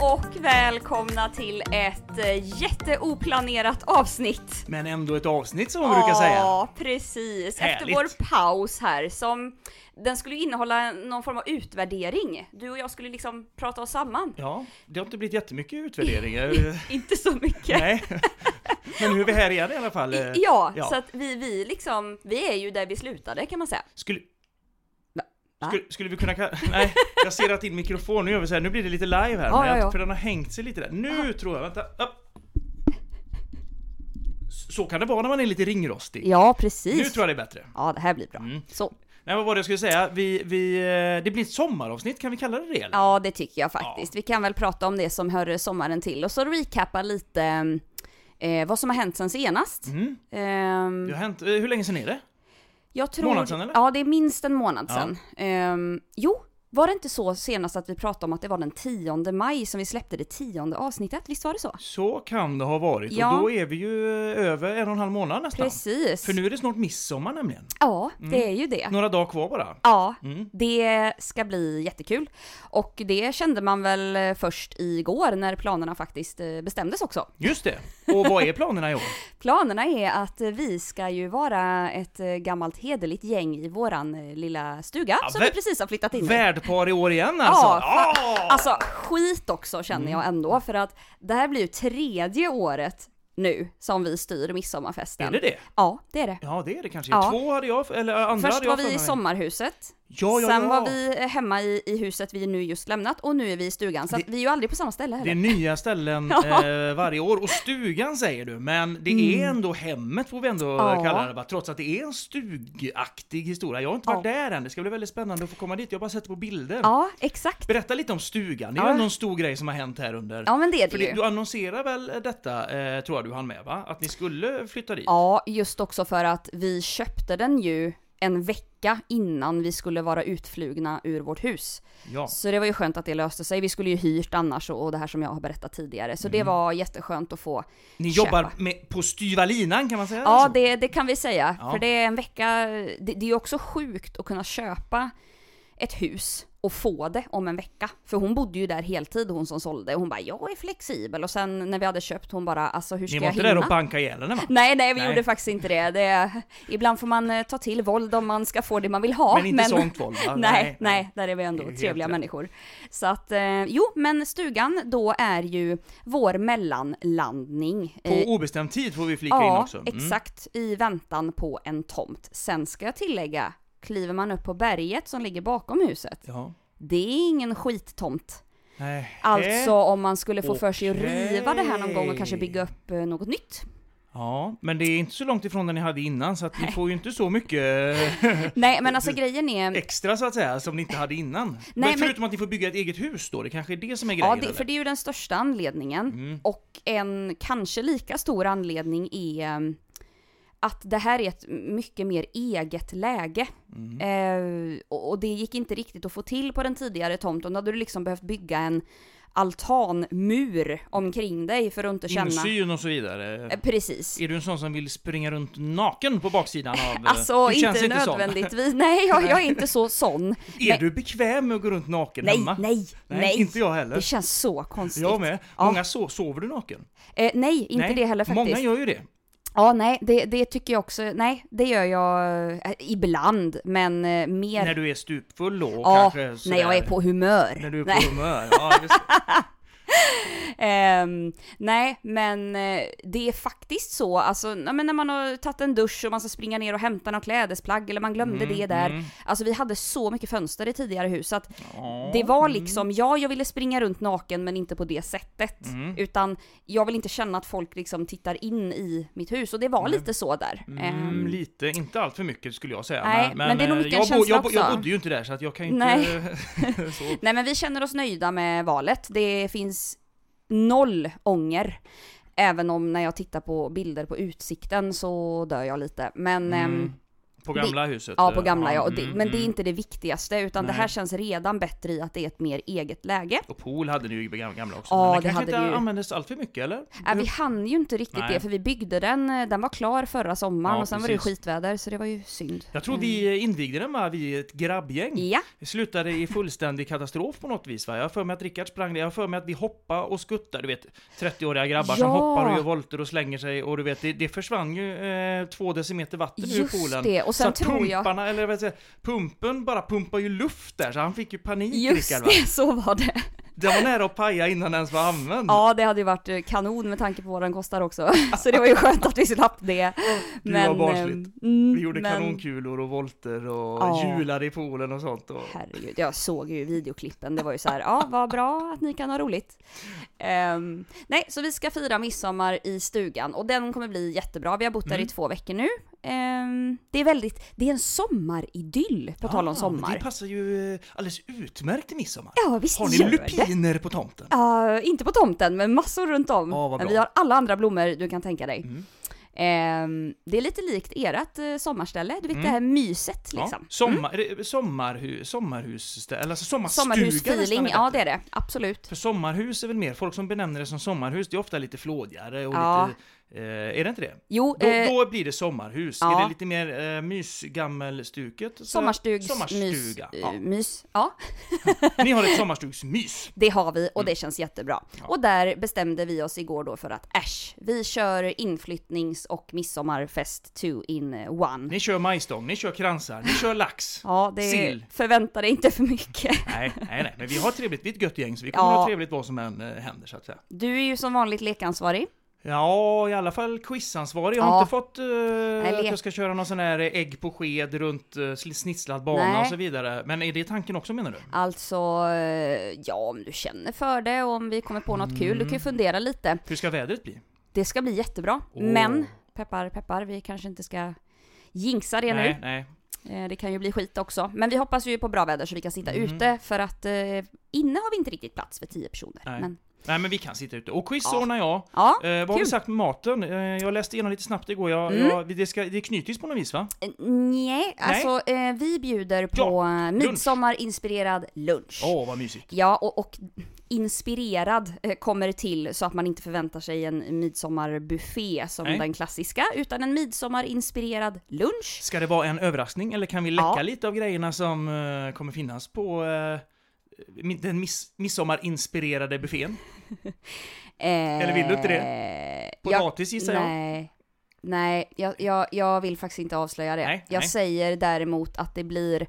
och välkomna till ett eh, jätteoplanerat avsnitt. Men ändå ett avsnitt som man brukar säga. Ja, precis. Efter Härligt. vår paus här som den skulle ju innehålla någon form av utvärdering. Du och jag skulle liksom prata oss samman. Ja, det har inte blivit jättemycket utvärderingar. Inte så mycket. Nej. Men nu är vi här igen i alla fall. I- Ja, så att vi, vi liksom, vi är ju där vi slutade kan man säga. Skulle... Va? Skulle, skulle vi kunna kalla... Nej, jag ser att din mikrofon, nu gör vi så här, nu blir det lite live här. Ja, men ja, jag- ja. För den har hängt sig lite där. Nu tror jag, vänta. Upp. S- Så kan det vara när man är lite ringrostig. Ja, Nu precis. tror jag det är bättre. Ja, det här blir bra. Mm. Så. Nej, vad var det jag skulle säga? Vi, vi, eh, det blir ett sommaravsnitt, kan vi kalla det det? eller? Ja, det tycker jag faktiskt. Vi kan väl prata om det som hör sommaren till och så recappa lite eh, vad som har hänt sen senast. Mm. Ehm, Det har hänt, eh, hur länge sedan är det? jag tror, månad sedan, eller? Ja, det är minst en månad Ja. sedan. Ehm, jo, var det inte så senast att vi pratade om att det var den 10 maj som vi släppte det tionde avsnittet? Visst var det så? Så kan det ha varit Ja. och då är vi ju eh, över en och en halv månad nästan. Precis. För nu är det snart midsommar nämligen. Ja, det är ju det. Några dagar kvar bara. Ja, Mm. det ska bli jättekul. Och det kände man väl eh, först igår när planerna faktiskt eh, bestämdes också. Just det! Och vad är planerna i år? Planerna är att vi ska ju vara ett eh, gammalt hederligt gäng i våran eh, lilla stuga Ja, som vä- vi precis har flyttat in i. Värdpar i år igen alltså! Ja, fa- Ja! Mm. Alltså skit också känner jag ändå för att det här blir ju tredje året nu som vi styr midsommarfesten. Är det det? Ja, det är det. Ja, det är det kanske. Ja. Två hade jag, eller andra Först hade jag var för vi i mig. sommarhuset, Ja, ja, sen ja. var vi eh, hemma i, i huset vi nu just lämnat och nu är vi i stugan så att Det- vi är ju aldrig på samma ställe Det är heller. nya ställen Ja. Mm. eh, varje år. Och stugan säger du, men det är ändå hemmet får vi ändå Ja. kalla det va? Trots att det är en stugaktig historia. Jag har inte varit Ja. där än, det ska bli väldigt spännande att få komma dit. Jag har bara sett på bilder. Ja, exakt. Berätta lite om stugan, det är Ja. ju ändå en stor grej som har hänt här under. Ja men det är det För det, ju. du annonserar väl detta, eh, tror jag du hann med va? Att ni skulle flytta dit? Ja, just också för att vi köpte den ju en vecka innan vi skulle vara utflugna ur vårt hus. Ja. Så det var ju skönt att det löste sig. Vi skulle ju hyrt annars och och det här som jag har berättat tidigare. Så det Mm. var jätteskönt att få. Ni köpa. jobbar med, på styva linan kan man säga? alltså. Ja, så? det, det kan vi säga. Ja. För det är en vecka, det, det är ju också sjukt att kunna köpa ett hus och få det om en vecka. För hon bodde ju där heltid hon som sålde och hon bara jag är flexibel och sen när vi hade köpt hon bara alltså hur ska Ni jag var hinna? inte där och banka ihjäl henne va? Nej, nej, vi Nej. gjorde faktiskt inte det. det. Ibland får man eh, ta till våld om man ska få det man vill ha. Men inte sånt våld va? Nej, nej, där är vi Det är ändå helt trevliga rätt. människor. Så att, eh, jo, men stugan då är ju vår mellanlandning. På eh, obestämd tid får vi flika in ja, också. Mm. exakt, i väntan på en tomt. Sen ska jag tillägga, kliver man upp på berget som ligger bakom huset, Ja. det är ingen skittomt. Nej. Alltså om man skulle få för sig att Okej. riva det här någon gång och kanske bygga upp eh, något nytt. Ja, men det är inte så långt ifrån den ni hade innan så att ni får ju inte så mycket eh, Nej, men alltså grejen är, extra så att säga som ni inte hade innan. men- men förutom att ni får bygga ett eget hus då, det kanske är det som är grejen? Ja, det, eller? för det är ju den största anledningen. Mm. Och en kanske lika stor anledning är eh, att det här är ett mycket mer eget läge. Mm. Eh, och och det gick inte riktigt att få till på den tidigare tomten. Då hade du liksom behövt bygga en altanmur omkring dig för att inte känna... Insyn och så vidare. Eh, Precis. Är du en sån som vill springa runt naken på baksidan av... Alltså du känns inte sån. nödvändigtvis. Nej, jag, jag är inte så sån. Är du bekväm med att gå runt naken Nej, hemma? nej, Nej, nej. Inte jag Det heller. känns så konstigt. Jag med. Ja. Många so sover du naken? Eh, nej, inte nej. det heller faktiskt. Många gör ju det. Ja, nej, det, det tycker jag också. Nej, det gör jag eh, ibland, men eh, mer... När du är stupfull då och ja, kanske sådär, när jag är på humör. När du är på nej, humör. Ja, just, ehm, nej, men eh, det är faktiskt så, alltså, ja, men när man har tagit en dusch och man ska springa ner och hämta något klädesplagg eller man glömde Mm, det där. Alltså vi hade så mycket fönster i tidigare hus så att ja. mm. det var liksom, ja jag ville springa runt naken men inte på det sättet. Mm. Utan jag vill inte känna att folk liksom tittar in i mitt hus och det var lite så där. Ehm, Mm, lite, inte allt för mycket skulle jag säga. Nej, men det är nog eh, mycket en jag, känsla jag, bo- jag också. bodde ju inte där så att jag kan ju inte... Nej. så. Nej men vi känner oss nöjda med valet. Det finns noll ånger. Mm, Även om när jag tittar på bilder på utsikten så dör jag lite. Men ehm, På gamla huset? Ja, eh, på gamla ja. Och det, mm, men det är mm. inte det viktigaste utan det Nej. här känns redan bättre i att det är ett mer eget läge. Och pool hade ni ju i gam- gamla också. Ja, men det den kanske hade inte vi ju. användes allt för mycket eller? Äh, vi hann ju inte riktigt Mm. Nej. det för vi byggde den, eh, den var klar förra sommaren Ja, och sen var det ju precis. skitväder så det var ju synd. Jag tror Mm. vi invigde den va, vi är ett grabbgäng. Ja, Det slutade i fullständig katastrof på något vis va? Jag har för mig att Rickard sprang det, jag har för mig att vi hoppade och skuttade, du vet 30-åriga grabbar som Ja. hoppar och gör volter och slänger sig och du vet, det, det försvann ju eh, två decimeter vatten ur Just poolen. det, och sen så att tror jag- pumparna, eller vad säger, pumpen bara pumpar ju luft där så han fick ju panik just Rickard va? Mm. det, så var det. Den var nära att paja innan den ens var använd. Ja, det hade ju varit eh, kanon med tanke på vad den kostar också. Så det var ju skönt att vi slapp det. Det var barnsligt. eh, mm, Vi gjorde kanonkulor och volter och Ja. hjulade i poolen och sånt. Och... Herregud, jag såg ju videoklippen. Det var ju så här, ja, vad bra att ni kan ha roligt. Ehm, nej, så vi ska fira midsommar i stugan och den kommer bli jättebra. Vi har bott där i Mm. två veckor nu. Ehm, det är väldigt, det är en sommaridyll på tal om Ja, Ah, men sommar. Det passar ju eh, alldeles utmärkt i midsommar. Ja, visst Har gör ni det. lupiner på tomten? Ja, inte på tomten, men massor runt om. Ja, vad men bra. vi har alla andra blommor du kan tänka dig. Mm. Ehm, det är lite likt ert eh, sommarställe, du vet det här myset liksom. Mm. Ja. Sommar, är det sommarhu, sommarhus, eller alltså sommarstuga nästan Sommarhusfeeling, är ja bättre. det är det, absolut. För sommarhus är väl mer, folk som benämner det som sommarhus, det är ofta lite flådigare och Ja. lite, eh, är det inte det? Jo, Då, eh, då blir det sommarhus, ja. är det lite mer eh, mysgammelstuket? Så- sommarstugs, mys, Sommarstuga, ja. mys. Ja, ja. Ni har ett sommarstugsmys. det har vi Mm. och det känns jättebra. Och där bestämde vi oss igår då för att äsch, vi kör inflyttnings och midsommarfest two in one. Ni kör majstång, ni kör kransar, ni kör lax. Ja, det Sill. förvänta dig inte för mycket. Nej, nej, nej, men vi har trevligt, vi är ett gött gäng så vi kommer Ja. ha trevligt vad som än eh, händer så att säga. Du är ju som vanligt lekansvarig. Ja, i alla fall quizansvarig. Jag har Ja. inte fått eh, le- att jag ska köra någon sån här ägg på sked runt eh, sli- snitslad bana Nej. och så vidare. Men är det tanken också menar du? Alltså, eh, ja om du känner för det och om vi kommer på något kul. Mm. Du kan ju fundera lite. Hur ska vädret bli? Det ska bli jättebra. Åh. Men, peppar peppar, vi kanske inte ska jinxa det nej, nej. nu. Eh, Det kan ju bli skit också. Men vi hoppas ju på bra väder så vi kan sitta Mhm. ute för att eh, inne har vi inte riktigt plats för tio personer. Nej. Men, Nej, men vi kan sitta ute. Och quiz Ja. ordnar jag. ja, Eh, vad har vi Kul. sagt med maten? Eh, jag läste igenom lite snabbt igår. Jag, Mm. jag, det, ska, det knyts på något vis va? eh, nej, alltså eh, vi bjuder på ja, midsommarinspirerad lunch. Åh, vad mysigt. Ja, och, och inspirerad eh, kommer till så att man inte förväntar sig en midsommarbuffé som Nej. den klassiska, utan en midsommarinspirerad lunch. Ska det vara en överraskning eller kan vi läcka Ja. lite av grejerna som eh, kommer finnas på eh, mi- den miss, midsommarinspirerade buffén? Eller vill du inte det? Jag, Potatis gissar jag. nej, nej jag, jag, jag vill faktiskt inte avslöja det. Nej, jag nej. säger däremot att det blir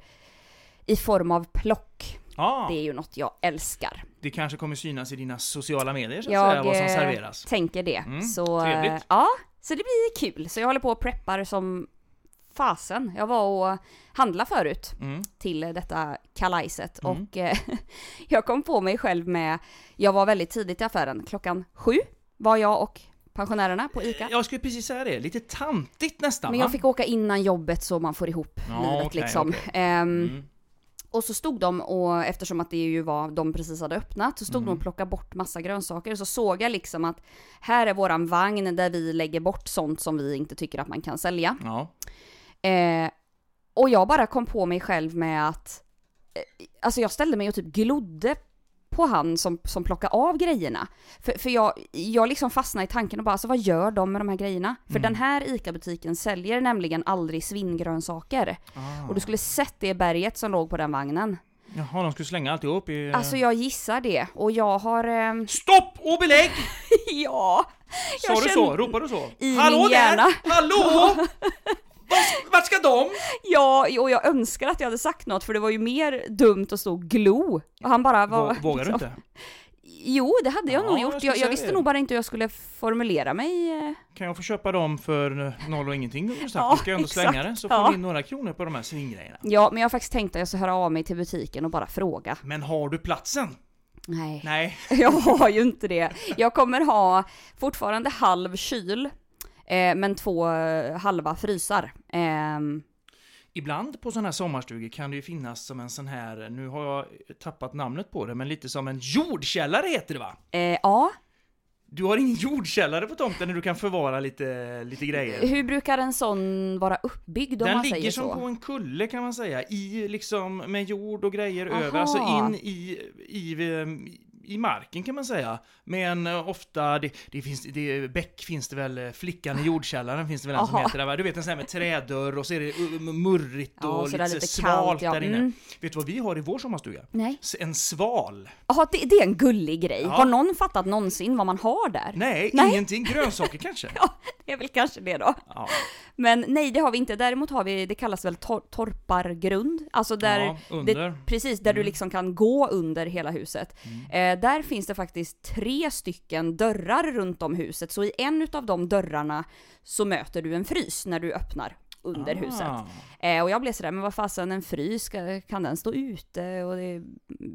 i form av plock. Ja, Det det... är ju något jag älskar. kanske kommer synas i dina sociala medier så att Jag, säga, vad som eh, serveras. Tänker det. Mm, så, eh, trevligt. ja, så det blir kul. Så jag håller på och preppar som fasen. Jag var och handlade förut Mm. till detta kalajset Mm. och eh, jag kom på mig själv med, jag var väldigt tidigt i affären, klockan sju var jag och pensionärerna på ICA. Jag skulle precis säga det, lite tantigt nästan Men va? jag fick åka innan jobbet så man får ihop Ja, livet okej, liksom. okej. Ehm, Mm. och så stod de och, eftersom att det ju var de precis hade öppnat, så stod Mm. de och plockade bort massa grönsaker. Så såg jag liksom att här är våran vagn där vi lägger bort sånt som vi inte tycker att man kan sälja. Ja. Eh, och jag bara kom på mig själv med att, eh, alltså jag ställde mig och typ glodde på han som, som plockade av grejerna. För, för jag, jag liksom fastnade i tanken och bara, alltså vad gör de med de här grejerna? Mm. För den här ICA-butiken säljer nämligen aldrig svingrönsaker. Ah. Och du skulle sett det berget som låg på den vagnen. Jaha, de skulle slänga alltihop i... eh, Alltså jag gissar det och jag har... ehm, Stopp och belägg! ja, Sa Jag du så? känner- Ropar du så? I Hallå min där! hjärna. Hallå! Vart- Vart ska de? ja, och jag önskar att jag hade sagt något för det var ju mer dumt att stå och glo. Och han bara var... Vå- Vågar du liksom- inte? Jo, det hade jag Ja, nog jag gjort. skulle Jag, jag säga visste det. nog bara inte hur jag skulle formulera mig. eh. Kan jag få köpa dem för eh, noll och ingenting? Ja, Ja, du ska ju ändå slänga exakt, det, så ja. får vi in några kronor på de här svingrejerna. Ja, men jag har faktiskt tänkt att jag ska höra av mig till butiken och bara fråga. Men har du platsen? Nej, Nej. jag har ju inte det. Jag kommer ha fortfarande halv kyl, eh, men två eh, halva frysar. Ehm, Ibland på sådana här sommarstugor kan det ju finnas som en sån här, nu har jag tappat namnet på det, men lite som en jordkällare heter det va? eh, ja, Du har ingen jordkällare på tomten där du kan förvara lite, lite grejer. Hur brukar en sån vara uppbyggd om Den man ligger säger som så? på en kulle kan man säga, i liksom med jord och grejer Aha. över, alltså in i, i, ehm, i marken kan man säga. Men eh, ofta, det, det finns, det, bäck finns det väl, eh, flickan i jordkällaren finns det väl en som Aha. heter det, va? du vet en sån här med trädörr och så är det uh, murrigt och Ja, så lite, där så här lite kallt, svalt ja. där inne. Mm. Vet du vad vi har i vår sommarstuga? Nej. S- En sval. Jaha, det, det är en gullig grej. Ja. Har någon fattat någonsin vad man har där? Nej, Nej. ingenting. Grönsaker kanske? Ja, det är väl kanske det då. Ja. Men nej, det har vi inte. Däremot har vi, det kallas väl tor- torpargrund? Alltså där ja, under. det, precis, där du liksom kan gå under hela huset. Eh, där finns det faktiskt tre stycken dörrar runt om huset, så i en av de dörrarna så möter du en frys när du öppnar under huset. Ah. Eh, och jag blev sådär, men vad fasen en frys, ska, kan den stå ute? Och det är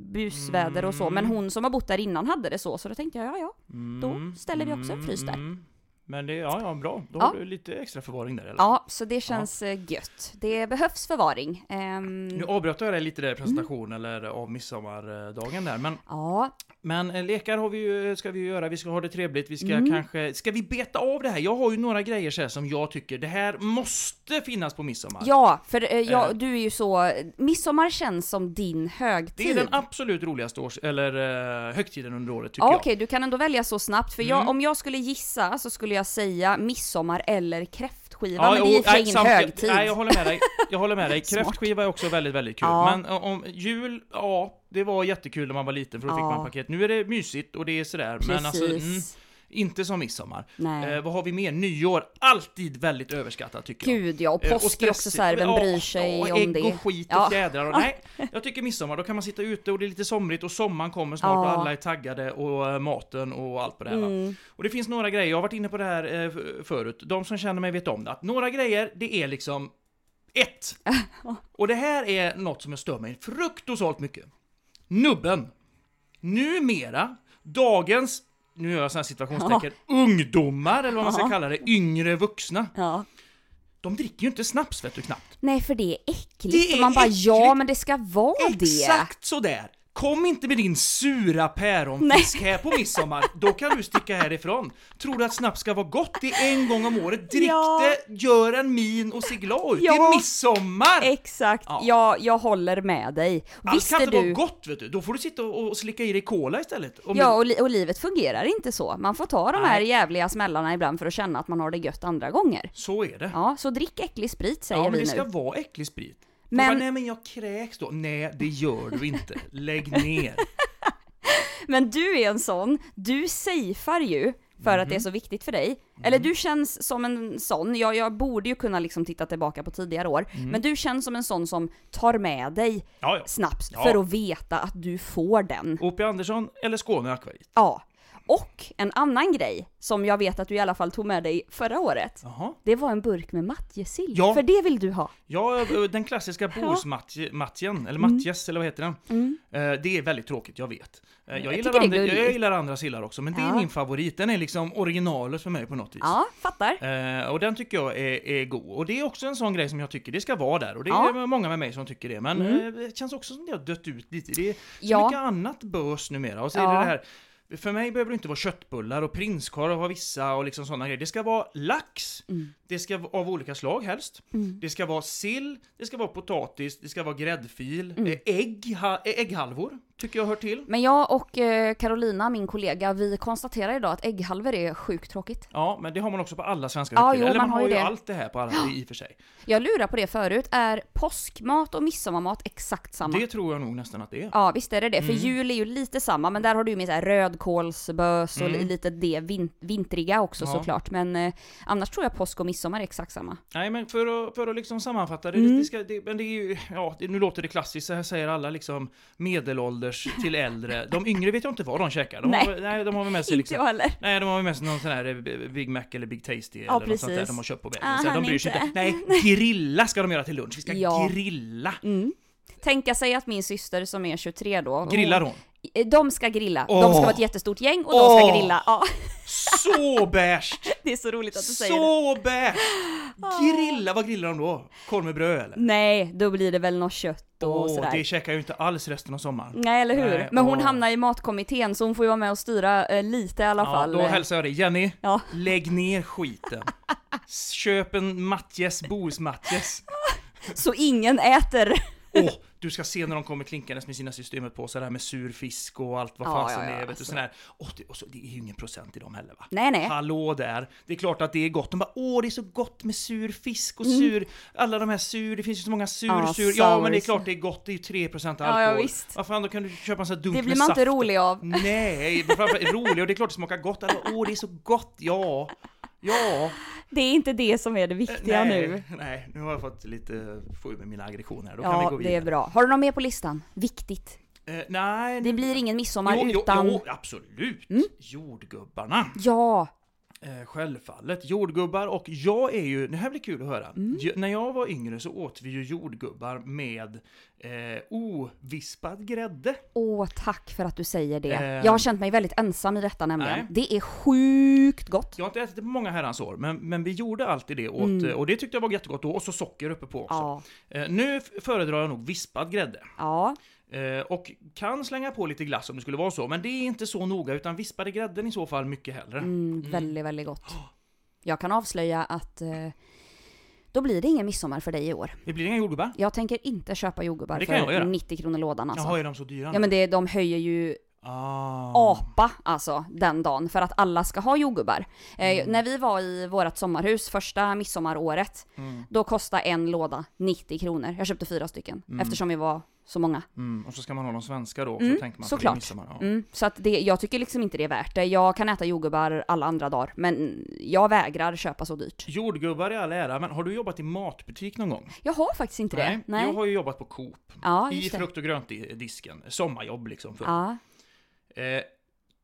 busväder och så. Men hon som har bott där innan hade det så, så då tänkte jag, ja ja, då ställer vi också en frys där. Mm. Men det, ja, ja, bra. Då Ja. har du lite extra förvaring där. Eller? Ja, så det känns eh, gött. Det behövs förvaring. Ehm, Nu avbröt jag dig lite Mm. där i presentationen eller av midsommardagen där. Men, ja, men eh, lekar har vi ju, ska vi ju göra. Vi ska ha det trevligt. Vi ska Mm. kanske... Ska vi beta av det här? Jag har ju några grejer så här som jag tycker det här måste finnas på midsommar. ja, för eh, Eh. jag, du är ju så... Midsommar känns som din högtid. Det är den absolut roligaste års, eller, eh, högtiden under året tycker typ. Ja, Okej, jag. Mm. du kan ändå välja så snabbt. För jag, om jag skulle gissa så skulle jag säga midsommar eller kräftskiva. men det är jo, i och för sig nej, ingen samt- högtid. Nej, jag håller med dig. Jag håller med dig. Smart. Kräftskiva är också väldigt, väldigt kul. Ja. Men eh, om jul, ja, det var jättekul när man var liten för då fick Ja. man paket. Nu är det mysigt och det är sådär, men alltså, mm, Precis. inte som midsommar. Nej. Eh, vad har vi mer? Nyår, alltid väldigt överskattat tycker jag. Gud ja, och Eh, påsk är också stressigt. så här, vem Ja, bryr sig ja, om det? Ägg och skit och Ja. fjädrar och, nej, jag tycker midsommar, då kan man sitta ute och det är lite somrigt och sommaren kommer snart Ja. Mm. och alla är taggade och eh, maten och allt på det här. va? Och det finns några grejer, jag har varit inne på det här eh, f- förut, de som känner mig vet om det, att några grejer, det är liksom ett. Och det här är något som jag stör mig fruktansvärt mycket. Nubben. Numera, dagens, nu gör jag sådana situationstecken, ungdomar eller vad man ska Ja. kalla det, yngre vuxna. Ja. De dricker ju inte snaps vet du knappt. Nej, för det är äckligt. Det är och man bara, ja äckligt. men det ska vara det. Exakt sådär! Kom inte med din sura päronfisk här på midsommar, då kan du sticka härifrån. Tror du att snaps ska vara gott? Det är en gång om året. Drick Ja. det, gör en min och se glad ut. Det Ja. är midsommar! Exakt, Ja. ja, jag håller med dig. Allt Visst kan är inte du... vara gott vet du, då får du sitta och, och slicka i dig cola istället. Om Ja, och, li- och livet fungerar inte så. Man får ta de här Nej. jävliga smällarna ibland för att känna att man har det gött andra gånger. du- Så är det. Ja, så drick äcklig sprit säger Ja, men vi det ska nu. vara äcklig sprit. Men- Men... Bara, nej men jag kräks då. Nej, det gör du inte. Lägg ner. Men du är en sån, du safear ju för att det Mhm. är så viktigt för dig. Mm. Eller du känns som en sån, jag, jag borde ju kunna liksom titta tillbaka på tidigare år, Mm. men du känns som en sån som tar med dig Ja, ja. snaps Ja. för att veta att du får den. O.P. Andersson eller Skåne Akvavit? Ja. Och en annan grej som jag vet att du i alla fall tog med dig förra året. Jaha. Det var en burk med matjessill. Ja. För det vill du ha. Ja, den klassiska bohusmatjen, eller Mm. matjes, eller vad heter den? Eh, Det är väldigt tråkigt, jag vet. Eh, Jag, gillar, tycker det är andra, jag gulligt. gillar andra sillar också, men det Ja. är min favorit. Den är liksom originalet för mig på något vis. Ja, fattar. Eh, och den tycker jag är, är god. Och det är också en sån grej som jag tycker det ska vara där. Och det Ja. Mm. är många med mig som tycker det. Men eh, det känns också som det har dött ut lite. Det är så Ja. mycket annat bös numera. Och så Ja. är det det här, för mig behöver det inte vara köttbullar och prinskorv av vissa och liksom sådana grejer. Det ska vara lax. Mm. Det ska vara av olika slag helst. Det ska vara sill. Det ska vara potatis. Det ska vara gräddfil. Mm. Eh, Ägg, ha, eh, ägghalvor tycker jag hör till. Men jag och eh, Carolina, min kollega, vi konstaterar idag att ägghalvor är sjukt tråkigt. Ja, men det har man också på alla svenska Ja, högtider. jo, Eller man man, har har ju ju det. allt det här på alla i och för sig. Jag lurar på det förut, är påskmat och midsommarmat exakt samma? Det Mm. tror jag nog nästan att det är. Ja visst är det det, för jul är ju lite samma men där har du ju med så här rödkålsbös och li- lite det vin- vintriga också Mm. Ja. såklart. Men eh, annars tror jag påsk och midsommar är exakt samma. Nej, men för att, för att liksom sammanfatta det, Mm. det, ska, det, men det är ju, ja, det, nu låter det klassiskt, så här säger alla liksom medelålders till äldre. De yngre vet jag inte vad de käkar. De Nej. har, nej, de har väl med sig Inte jag liksom, heller. Nej, de har väl med sig någon sån här eh, Big Mac eller Big Tasty eller något sånt där precis. de har köpt på Ah, vägen. så här, han de bryr sig inte. inte. Nej, grilla ska de göra till lunch. Vi ska Ja. Mm. grilla. Tänka sig att min syster som är 23 då, Grillar hon, hon? Eh, De ska grilla. De Åh. ska vara ett jättestort gäng och de ska Åh. grilla. Ja, Så bärst! det är så roligt att du säger det. Ah. Så bärst! Grilla, vad grillar de då? Korv med bröd eller? Nej, då blir det väl något kött och Åh, sådär. det käkar jag ju inte alls resten av sommaren. Nej, eller hur? Nej, Men hon åh. hamnar i matkommittén så hon får ju vara med och styra eh, lite i alla Ja, fall. då hälsar jag dig. Jenny, Ja. lägg ner skiten. Köp en matjes, Bohusmatjes. Så ingen äter. Åh, du ska se när de kommer klinkandes med sina systemet på där med sur fisk och allt vad Ja, fasen ja, ja, det är. Vet du, alltså. sån här. Åh, det, och så, det är ju ingen procent i dem heller va? Nej, nej. Hallå där! Det är klart att det är gott. De bara åh, det är så gott med sur fisk och sur, alla de här sur, det finns ju så många sur, Mm. Ja, sur. Ja, men det är sours. klart det är gott, det är ju 3% alkohol. Ja, ja, visst. Vad fan, då kan du köpa en sån här dunk Det blir med man saft. inte rolig av. Nej, framförallt rolig och det är klart det smakar gott. Alla bara, åh, det är så gott, ja. Ja. Det är inte det som är det viktiga nej, nu. nej, nu har jag fått lite, få ur mig mina aggressioner. Då kan vi Ja, gå det är vidare. bra. Har du något mer på listan? Viktigt. Eh, nej, Det blir ingen midsommar jo, utan... Mm. jo, absolut! Jordgubbarna, Ja, eh, självfallet. Jordgubbar och jag är ju, det här blir kul att höra. Mm. Jag, när jag var yngre så åt vi ju jordgubbar med eh, ovispad grädde. åh tack för att du säger det. Eh. Jag har känt mig väldigt ensam i detta nämligen. Nej. Det är sjukt gott. Jag har inte ätit det på många herrans år, men, men vi gjorde alltid det åt, eh, och det tyckte jag var jättegott då, och så socker uppe på också. Mm. Ja. Eh, nu f- föredrar jag nog vispad grädde. Ja, Eh, och kan slänga på lite glass om det skulle vara så, men det är inte så noga, utan vispade grädden i så fall mycket hellre. mm, väldigt, väldigt gott. Jag kan avslöja att eh, då blir det ingen midsommar för dig i år. Det blir inga jordgubbar. Jag tänker inte köpa jordgubbar Det kan jag för göra. 90 kronor lådan alltså. Jaha, är de så dyra? Ja men det, de höjer ju Ah. apa alltså den dagen för att alla ska ha jordgubbar. Eh, Mm. när vi var i vårt sommarhus första midsommaråret Mm, då kostade en låda 90 kronor. Jag köpte fyra stycken eftersom vi var så många. Mm, och så ska man ha någon svenska då, så tänker man på Mm, såklart. det midsommar. Ja. Mm, så att det, jag tycker liksom inte det är värt det. Jag kan äta jordgubbar alla andra dagar men jag vägrar köpa så dyrt. Jordgubbar i all ära, men har du jobbat i matbutik någon gång? Jag har faktiskt inte det. Nej. Jag har ju jobbat på Coop. Ja, I just det. frukt och grönt-disken. Sommarjobb liksom. För. Ja. Eh,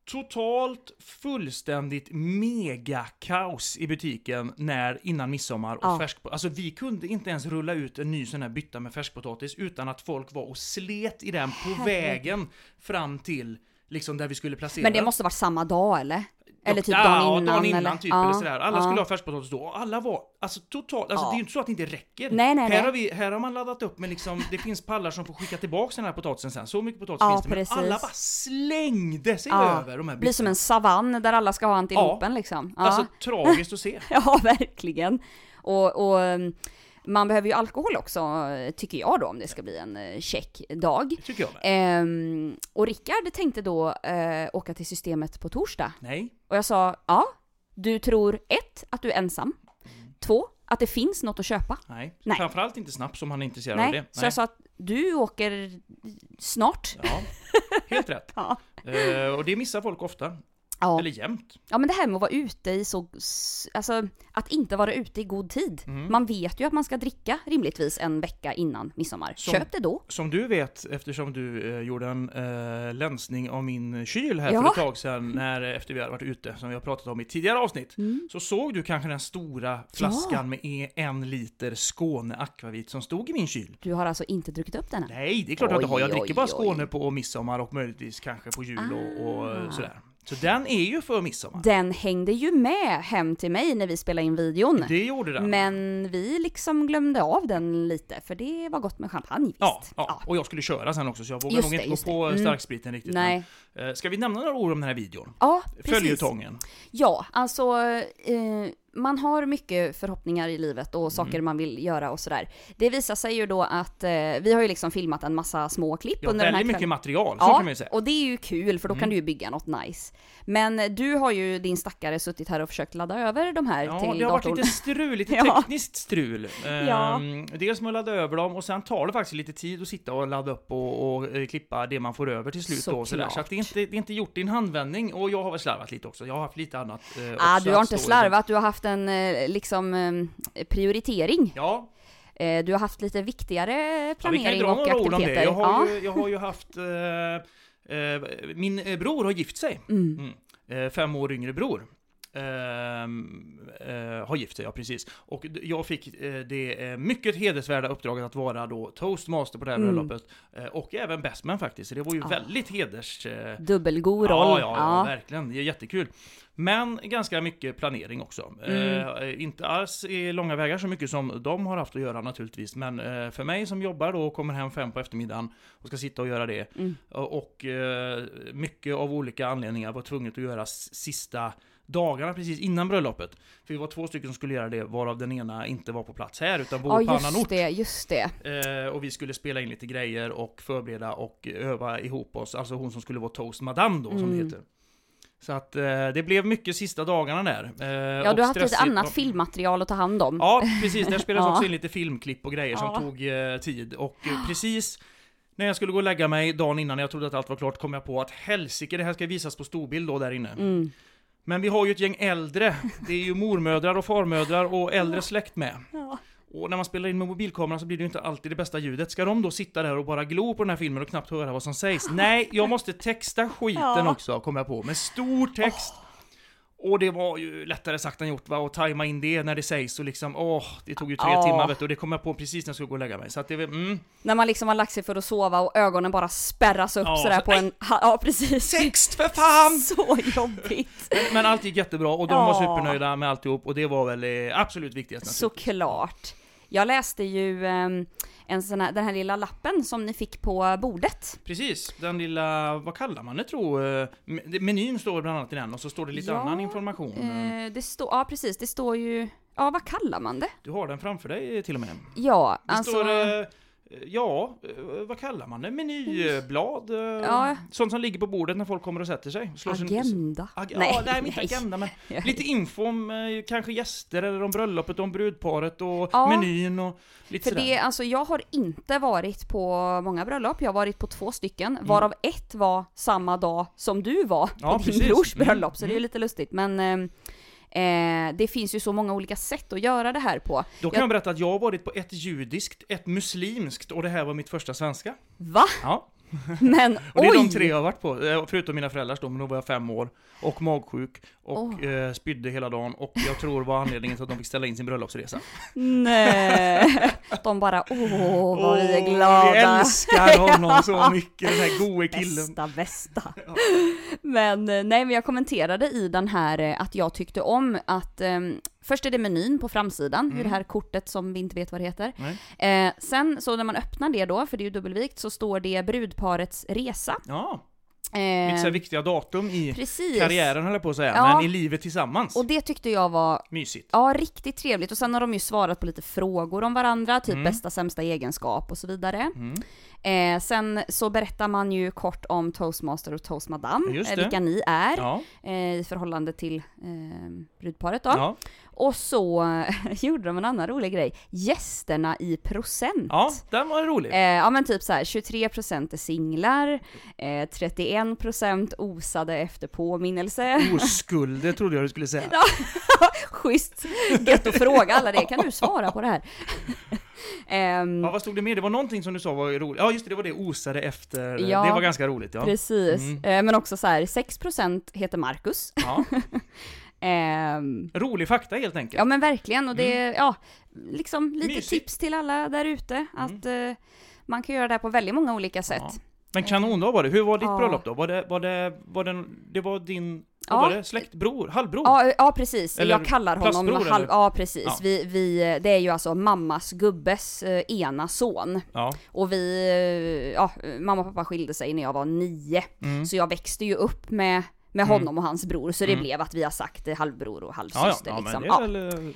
totalt fullständigt megakaos i butiken när, innan midsommar och Ja. färskpotatis. Alltså vi kunde inte ens rulla ut en ny sån här bytta med färskpotatis utan att folk var och slet i den på vägen fram till liksom där vi skulle placera Men det den. måste varit samma dag eller? Eller typ ja, dagen innan? dagen innan typ, Ja, eller sådär. Alla ja. skulle ha färskpotatis då, och alla var, alltså totalt, alltså Ja. det är ju inte så att det inte räcker. Nej, nej, här, nej. Har vi, här har man laddat upp med liksom, det finns pallar som får skicka tillbaka den här potatisen sen, så mycket potatis Ja, finns det. precis. Men alla bara slängde sig Ja. över de här Blir som en savann där alla ska ha antilopen liksom. Ja. liksom- Alltså tragiskt att se. Ja, verkligen. Och, och um, man behöver ju alkohol också, eh, tycker jag då, om det ska bli en eh, check dag. Det tycker jag med. Ehm, och Rickard tänkte då eh, åka till systemet på torsdag. Nej. Och jag sa, ja, du tror ett, att du är ensam. Två, att det finns något att köpa. Nej. Nej. Framförallt inte snaps om han är intresserad av Nej. det. Så jag sa att du åker snart. Ja, helt rätt. Ja. Eh, och det missar folk ofta. Ja. Eller jämt. ja, men det här med att vara ute i så... s- Alltså, att inte vara ute i god tid. Mhm. Man vet ju att man ska dricka rimligtvis en vecka innan midsommar. Som- Köp det då. Som du vet, eftersom du eh, gjorde en eh, länsning av min kyl här Ja. för ett tag sedan, när, eh, efter vi hade varit ute, som vi har pratat om i tidigare avsnitt, Mm. så såg du kanske den stora flaskan med e- en liter Skåne akvavit som stod i min kyl. Du har alltså inte druckit upp den än? Nej, det är klart att jag inte har. Jag Oj, dricker oj, bara oj. Skåne på midsommar och möjligtvis kanske på jul och, och Ah. eh, sådär. Så den är ju för midsommar. Den hängde ju med hem till mig när vi spelade in videon. Det gjorde den. Men vi liksom glömde av den lite, för det var gott med champagne visst. Ja, ja, och jag skulle köra sen också så jag vågar Just nog det, inte just gå på det. Mm. starkspriten riktigt. Nej. Men, eh, ska vi nämna några ord om den här videon? Ja, precis. Följetongen. Ja, alltså eh, man har mycket förhoppningar i livet Mm. och saker man vill göra och sådär. Det visar sig ju då att eh, vi har ju liksom filmat en massa små klipp Ja, under den här väldigt kvällen. mycket material, så Ja, kan man ju säga. Mm. och det är ju kul för då kan du ju bygga något nice. Men du har ju din stackare suttit här och försökt ladda över de här Ja, till det har varit datorn. lite strul, lite Ja. tekniskt strul. Ja. Ehm, dels med att ladda över dem och sen tar det faktiskt lite tid att sitta och ladda upp och, och eh, klippa det man får över till slut. Då, och sådär. Så Såklart. att det, är inte, det är inte gjort i en handvändning och jag har väl slarvat lite också. Jag har haft lite annat eh, också Ah, du har att inte stå i. slarvat, du har haft en eh, liksom eh, prioritering. Ja, Eh, Du har haft lite viktigare Ja, vi kan ju planering dra och några ord om det. aktiviteter. Jag har, ja. ju, jag har ju haft... Eh, eh, min eh, bror har gift sig. Mm. Eh, fem år yngre bror. Eh, ehm, eh, har gift sig, ja precis. Och d- jag fick eh, det eh, mycket hedersvärda uppdraget att vara då toastmaster på det här Mm. bröllopet. Eh, och även bestman faktiskt, så det var ju Ah. väldigt heders... Eh, Dubbelgod roll. Ja, ja, ja, verkligen. Det är jättekul. Men ganska mycket planering också. Mm. Eh, inte alls i långa vägar så mycket som de har haft att göra naturligtvis. Men eh, för mig som jobbar då och kommer hem fem på eftermiddagen och ska sitta och göra det. Mm. Och, och eh, mycket av olika anledningar var tvunget att göra s- sista dagarna precis innan bröllopet. För vi var två stycken som skulle göra det varav den ena inte var på plats här utan bor Ja, på annan just ort. det, just det. Eh, och vi skulle spela in lite grejer och förbereda och öva ihop oss. Alltså hon som skulle vara toast madame då, som det Mm. heter. Så att eh, det blev mycket sista dagarna där. Eh, Ja, du har haft lite stressigt. annat filmmaterial att ta hand om. Ja, precis. Där spelades Ja. också in lite filmklipp och grejer som Ja. tog eh, tid. Och eh, precis när jag skulle gå och lägga mig dagen innan jag trodde att allt var klart kom jag på att helsike, det här ska visas på storbild då där inne. Mm. Men vi har ju ett gäng äldre. Det är ju mormödrar och farmödrar och äldre släkt med. Ja. Och när man spelar in med mobilkameran så blir det ju inte alltid det bästa ljudet. Ska de då sitta där och bara glo på den här filmen och knappt höra vad som sägs? Nej, jag måste texta skiten Ja. också, kom jag på, med stor text. Och det var ju lättare sagt än gjort va, och tajma in det när det sägs och liksom, åh, det tog ju tre Ja. timmar vet du, och det kom jag på precis när jag skulle gå och lägga mig. Så att det, var- mm. När man liksom har lagt sig för att sova och ögonen bara spärras upp Ja, sådär så- på en... Ha, ja, precis. Text för fan! Så jobbigt. Men allt gick jättebra och de Ja. var supernöjda med alltihop och det var väl eh, absolut viktigast. naturligtvis. Såklart. Jag läste ju ehm, en sån här, den här lilla lappen som ni fick på bordet. Precis, den lilla, vad kallar man det tro? Eh, me- Menyn står bland annat i den och så står det lite Ja, annan information. Eh, det står, ja precis, det står ju, ja vad kallar man det? Du har den framför dig eh, till och med. Det Ja, alltså... står, eh, ja, eh, vad kallar man det? Menyblad? Eh, Ja. Sånt som ligger på bordet när folk kommer och sätter sig. Slår sin- agenda? Ag- nej, ja, nej, men inte agenda, men lite info om eh, kanske gäster eller om bröllopet, om brudparet och Ja. menyn och lite För sådär. det, alltså jag har inte varit på många bröllop, jag har varit på två stycken, varav ett var samma dag som du var på Mm. Ja, din precis. brors Mm, bröllop, så det är mm. lite lustigt. Men eh, eh, det finns ju så många olika sätt att göra det här på. Då kan jag... berätta att jag har varit på ett judiskt, ett muslimskt och det här var mitt första svenska. Va? Ja. Men Och det är de oj! tre jag har varit på, eh, förutom mina föräldrars då, men då var jag fem år och magsjuk och Åh. eh, spydde hela dagen och jag tror var anledningen till att de fick ställa in sin bröllopsresa. Nej. De bara åh vad vi är Åh, glada. Vi älskar honom så mycket, den här goe killen. Bästa, bästa. Men eh, nej, men jag kommenterade i den här eh, att jag tyckte om att eh, först är det menyn på framsidan, i det här kortet som vi inte vet vad det heter. Mm. Nej. Eh, sen så när man öppnar det då, för det är ju dubbelvikt, så står det brudparets resa. Ja, lite så här Eh, viktiga datum i precis. karriären höll jag på att säga, Ja. men i livet tillsammans. Och det tyckte jag var Mysigt. Ja, riktigt trevligt. Och sen har de ju svarat på lite frågor om varandra, typ Mm. bästa sämsta egenskap och så vidare. Mm. Eh, sen så berättar man ju kort om toastmaster och toastmadam, Just eh, det. vilka ni är Ja, eh, i förhållande till eh, brudparet då. ja. Och så gjorde de en annan rolig grej, gästerna i procent. ja, den var rolig. Eh, ja men typ så här 23% är singlar, eh, 31% osade efter påminnelse. Oskuld, det trodde jag du skulle säga. Schysst! Gött att fråga alla det, kan du svara på det här? Ehm, Ja, vad stod det mer? Det var någonting som du sa var roligt. Ja, just det, det var det osade efter. Ja. Det var ganska roligt, ja. Precis, Mm. eh, men också så här 6% heter Marcus. ja. Ehm, Rolig fakta helt enkelt. ja men verkligen och det, ja, liksom lite Mm. Mysigt. Mm. tips till alla där ute att eh, man kan göra det här på väldigt många olika sätt. Ja. Men kanondag var det. Hur var ditt Ja. bröllop då? Var det, var det, var den, det var din, Ja. vad var det? Släktbror? Halvbror? Ja, eh, ja precis, Eller jag kallar honom plastbror, halv... eller? Ja precis, Ja. Vi, vi, det är ju alltså mammas gubbes eh, ena son. Ja. Och vi, eh, ja mamma och pappa skilde sig när jag var nio. Mm. Så jag växte ju upp med, med honom och hans bror, så det blev att vi har sagt eh, halvbror och Ja, ja, halvsyster ja, men liksom. det Ja. är väl... eh,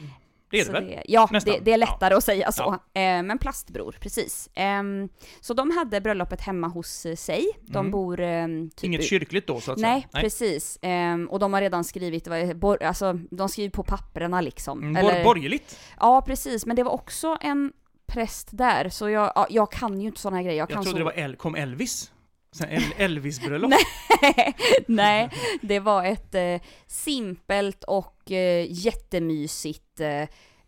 Det är det Så väl? ja, Nästan. det, det är typ lättare att säga så. Eh, men plastbror, precis. Ehm, så de hade bröllopet hemma hos eh, sig. De Mm. bor ehm, typ... Inget kyrkligt då så att Nej, säga? Nej. precis. Ehm, och de har redan skrivit, vad är- bor, alltså de skriver på papperna liksom. Mm, Bor, borgerligt? Ja, precis. Men det var också en präst där, så jag, ja, jag kan ju inte sådana här grejer. Jag, Jag kan trodde så... det var El, kom Elvis? Sen El, Elvis-bröllop? Nej, det var ett eh, simpelt och eh, jättemysigt eh,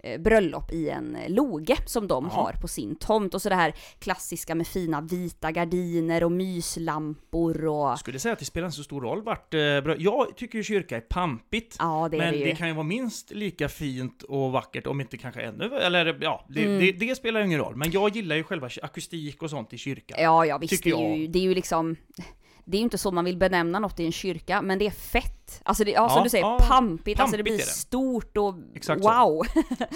eh, bröllop i en eh, loge som de Ja. har på sin tomt. Och så det här klassiska med fina vita gardiner och myslampor och... Jag skulle säga att det spelar inte så stor roll vart... eh, brö- Jag tycker ju kyrka är pampigt. Ja, det är men det det, ju. kan ju vara minst lika fint och vackert, om inte kanske ännu... Eller ja, det, Mm. det, det spelar ju ingen roll. Men jag gillar ju själva akustik och sånt i kyrkan. Ja, ja visst. Det Tycker är, ju, jag. det är ju liksom... Det är ju inte så man vill benämna något i en kyrka, men det är fett. Alltså det, ja, som Ja, du säger, ja, pampigt. Alltså det pampigt blir är det. stort och Exakt så. wow.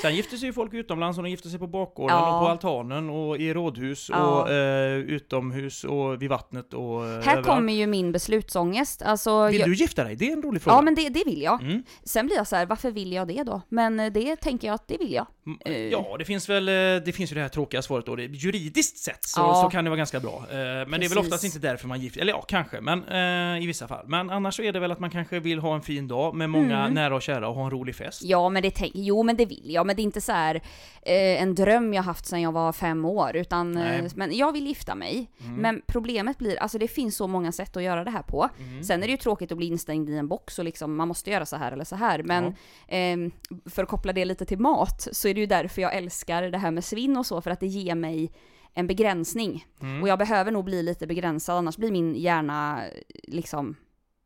Sen gifte sig ju folk utomlands och de gifte sig på bakgården Ja. och på altanen och i rådhus Ja. och eh, utomhus och vid vattnet och eh, Här överallt. kommer ju min beslutsångest. Alltså, Vill jag, du gifta dig? Det är en rolig fråga. ja men det, det vill jag. Mm. Sen blir jag så här, varför vill jag det då? Men eh, det tänker jag att det vill jag. Mm, Eh. Ja, det finns väl, eh, det finns ju det här tråkiga svaret då, det, juridiskt sett så, Ja. så kan det vara ganska bra. Eh, Men det är Precis. väl oftast inte därför man gifter eller ja, kanske, men eh, i vissa fall. Men annars så är det väl att man kanske vill ha en fin dag med många Mm. nära och kära och ha en rolig fest. Ja men det tänk, jo men det vill jag, men det är inte så här eh, en dröm jag haft sedan jag var fem år utan, Nej. Mm. eh, men jag vill gifta mig. Men problemet blir, alltså det finns så många sätt att göra det här på. Mm. Sen är det ju tråkigt att bli instängd i en box och liksom man måste göra så här eller så här men ehm, för att koppla det lite till mat så är det ju därför jag älskar det här med svinn och så för att det ger mig en begränsning. Mm. Och jag behöver nog bli lite begränsad annars blir min hjärna eh, liksom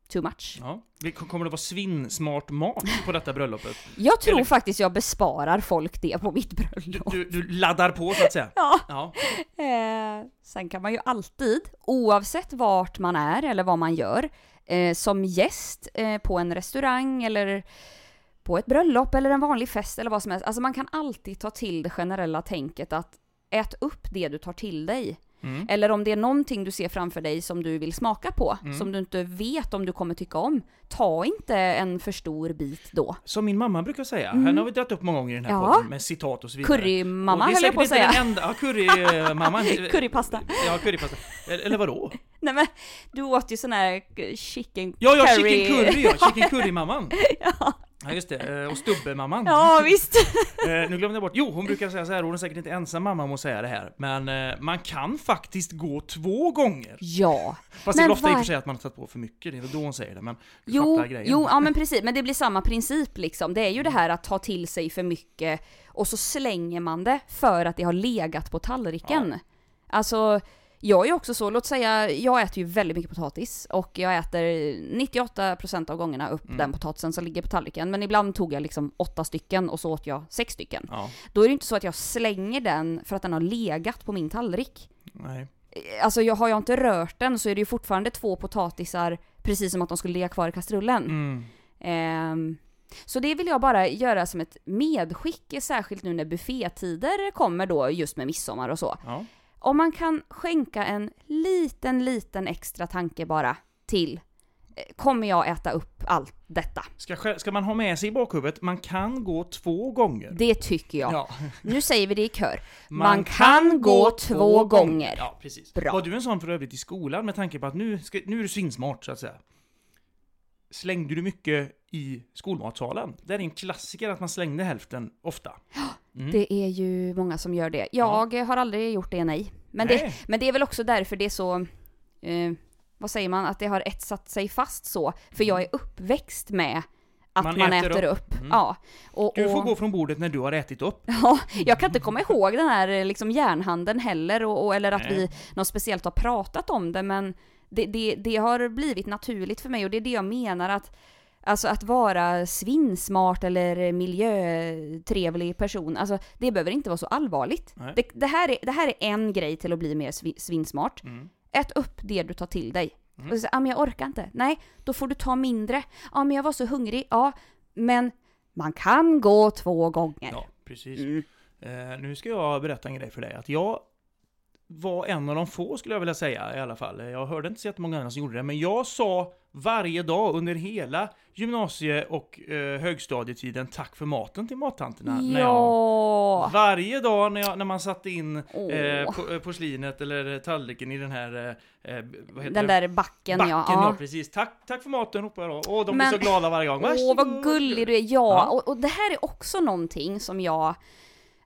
too much. Ja. Det- Kommer det vara svinsmart mat på detta bröllopet? Jag tror Eller- faktiskt jag besparar folk det på mitt Du, bröllop. du, du laddar på så att säga? Ja. Ja. Eh, sen kan man ju alltid, oavsett vart man är eller vad man gör, eh, som gäst eh, på en restaurang eller på ett bröllop eller en vanlig fest eller vad som helst, alltså man kan alltid ta till det generella tänket att ät upp det du tar till dig. Mm. Eller om det är någonting du ser framför dig som du vill smaka på, Mm. som du inte vet om du kommer tycka om, ta inte en för stor bit då. Som min mamma brukar säga, Mm. henne har vi dragit upp många gånger i den här Ja. podden med citat och så vidare. Currymamma Och det är höll jag på att säkert inte säga. Den enda, ja, curry, eh, mamma. Currypasta. Ja, currypasta. Eller, eller vadå? Nej men, du åt ju sån här chicken Ja, ja, curry. chicken curry, ja. Chicken curry-mamman. Ja, just det. Eh, Och stubbe-mamman. Ja visst! Eh, Nu glömde jag bort. Jo, hon brukar säga så här, och hon är säkert inte ensam mamma om att säga det här. Men eh, man kan faktiskt gå två gånger. Ja. Fast det är Men väl ofta i och var- för sig att man har tagit på för mycket, det är väl då hon säger det. Men du Jo, fattar grejen. jo, ja men precis. Men det blir samma princip liksom. Det är ju det här att ta till sig för mycket och så slänger man det för att det har legat på tallriken. Alltså, jag är ju också så, låt säga, jag äter ju väldigt mycket potatis och jag äter 98% av gångerna upp Mm. den potatisen som ligger på tallriken. Men ibland tog jag liksom åtta stycken och så åt jag sex stycken. Ja, Då är det inte så att jag slänger den för att den har legat på min tallrik. nej. alltså jag, har jag inte rört den så är det ju fortfarande två potatisar precis som att de skulle ligga kvar i kastrullen. Mm. Ehm, så det vill jag bara göra som ett medskick, särskilt nu när buffétider kommer då just med midsommar och så. Ja. Om man kan skänka en liten, liten extra tanke bara till eh, Kommer jag äta upp allt detta? Ska, själv- ska man ha med sig i bakhuvudet, man kan gå två gånger. Det tycker jag. Ja. Nu säger vi det i kör. Man kan gå två gånger. Ja, precis. Bra. Var du en sån för övrigt i skolan med tanke på att nu, ska, nu är du svinsmart, så att säga? Slängde du mycket i skolmatsalen? Det är en klassiker att man slängde hälften ofta. Mm. Det är ju många som gör det. Jag eh, har aldrig gjort det, nej. Men, Det, Nej. men det är väl också därför det är så, eh, vad säger man, att det har etsat sig fast så. För jag är uppväxt med att man, Mm. Man äter, äter upp. Mm. Ja. Och, Du får och, gå från bordet när du har ätit upp. ja, jag kan inte komma ihåg den här eh, liksom, järnhandeln heller, och, och, eller att Nej. vi något speciellt har pratat om det, men det, det, det har blivit naturligt för mig och det är det jag menar att Alltså att vara svinsmart eller miljötrevlig person, alltså det behöver inte vara så allvarligt. Nej. Det, det, här är, det här är en grej till att bli mer svi- svinsmart. Mm. Ät upp det du tar till dig. Mm. Och så, ah, men jag orkar inte. Nej, då får du ta mindre. Ja, ah, men jag var så hungrig. Ja, men man kan gå två gånger. Ja, precis. Mm. Eh, nu ska jag berätta en grej för dig. Att jag var en av de få, skulle jag vilja säga i alla fall. Jag hörde inte så jättemånga andra som gjorde det, men jag sa varje dag under hela gymnasie och eh, högstadietiden tack för maten till mattanterna. när jag- Ja! Varje dag när, jag, när man satte in eh, Åh. po- eh, porslinet eller tallriken i den här, eh, eh, vad heter Den det? där backen, Backen, ja. ja, precis. Tack, tack för maten ropar jag då. Åh, de Men- blir så glada varje gång. Åh, vad gullig du är. Ja, Ja. Och, och det här är också någonting som jag...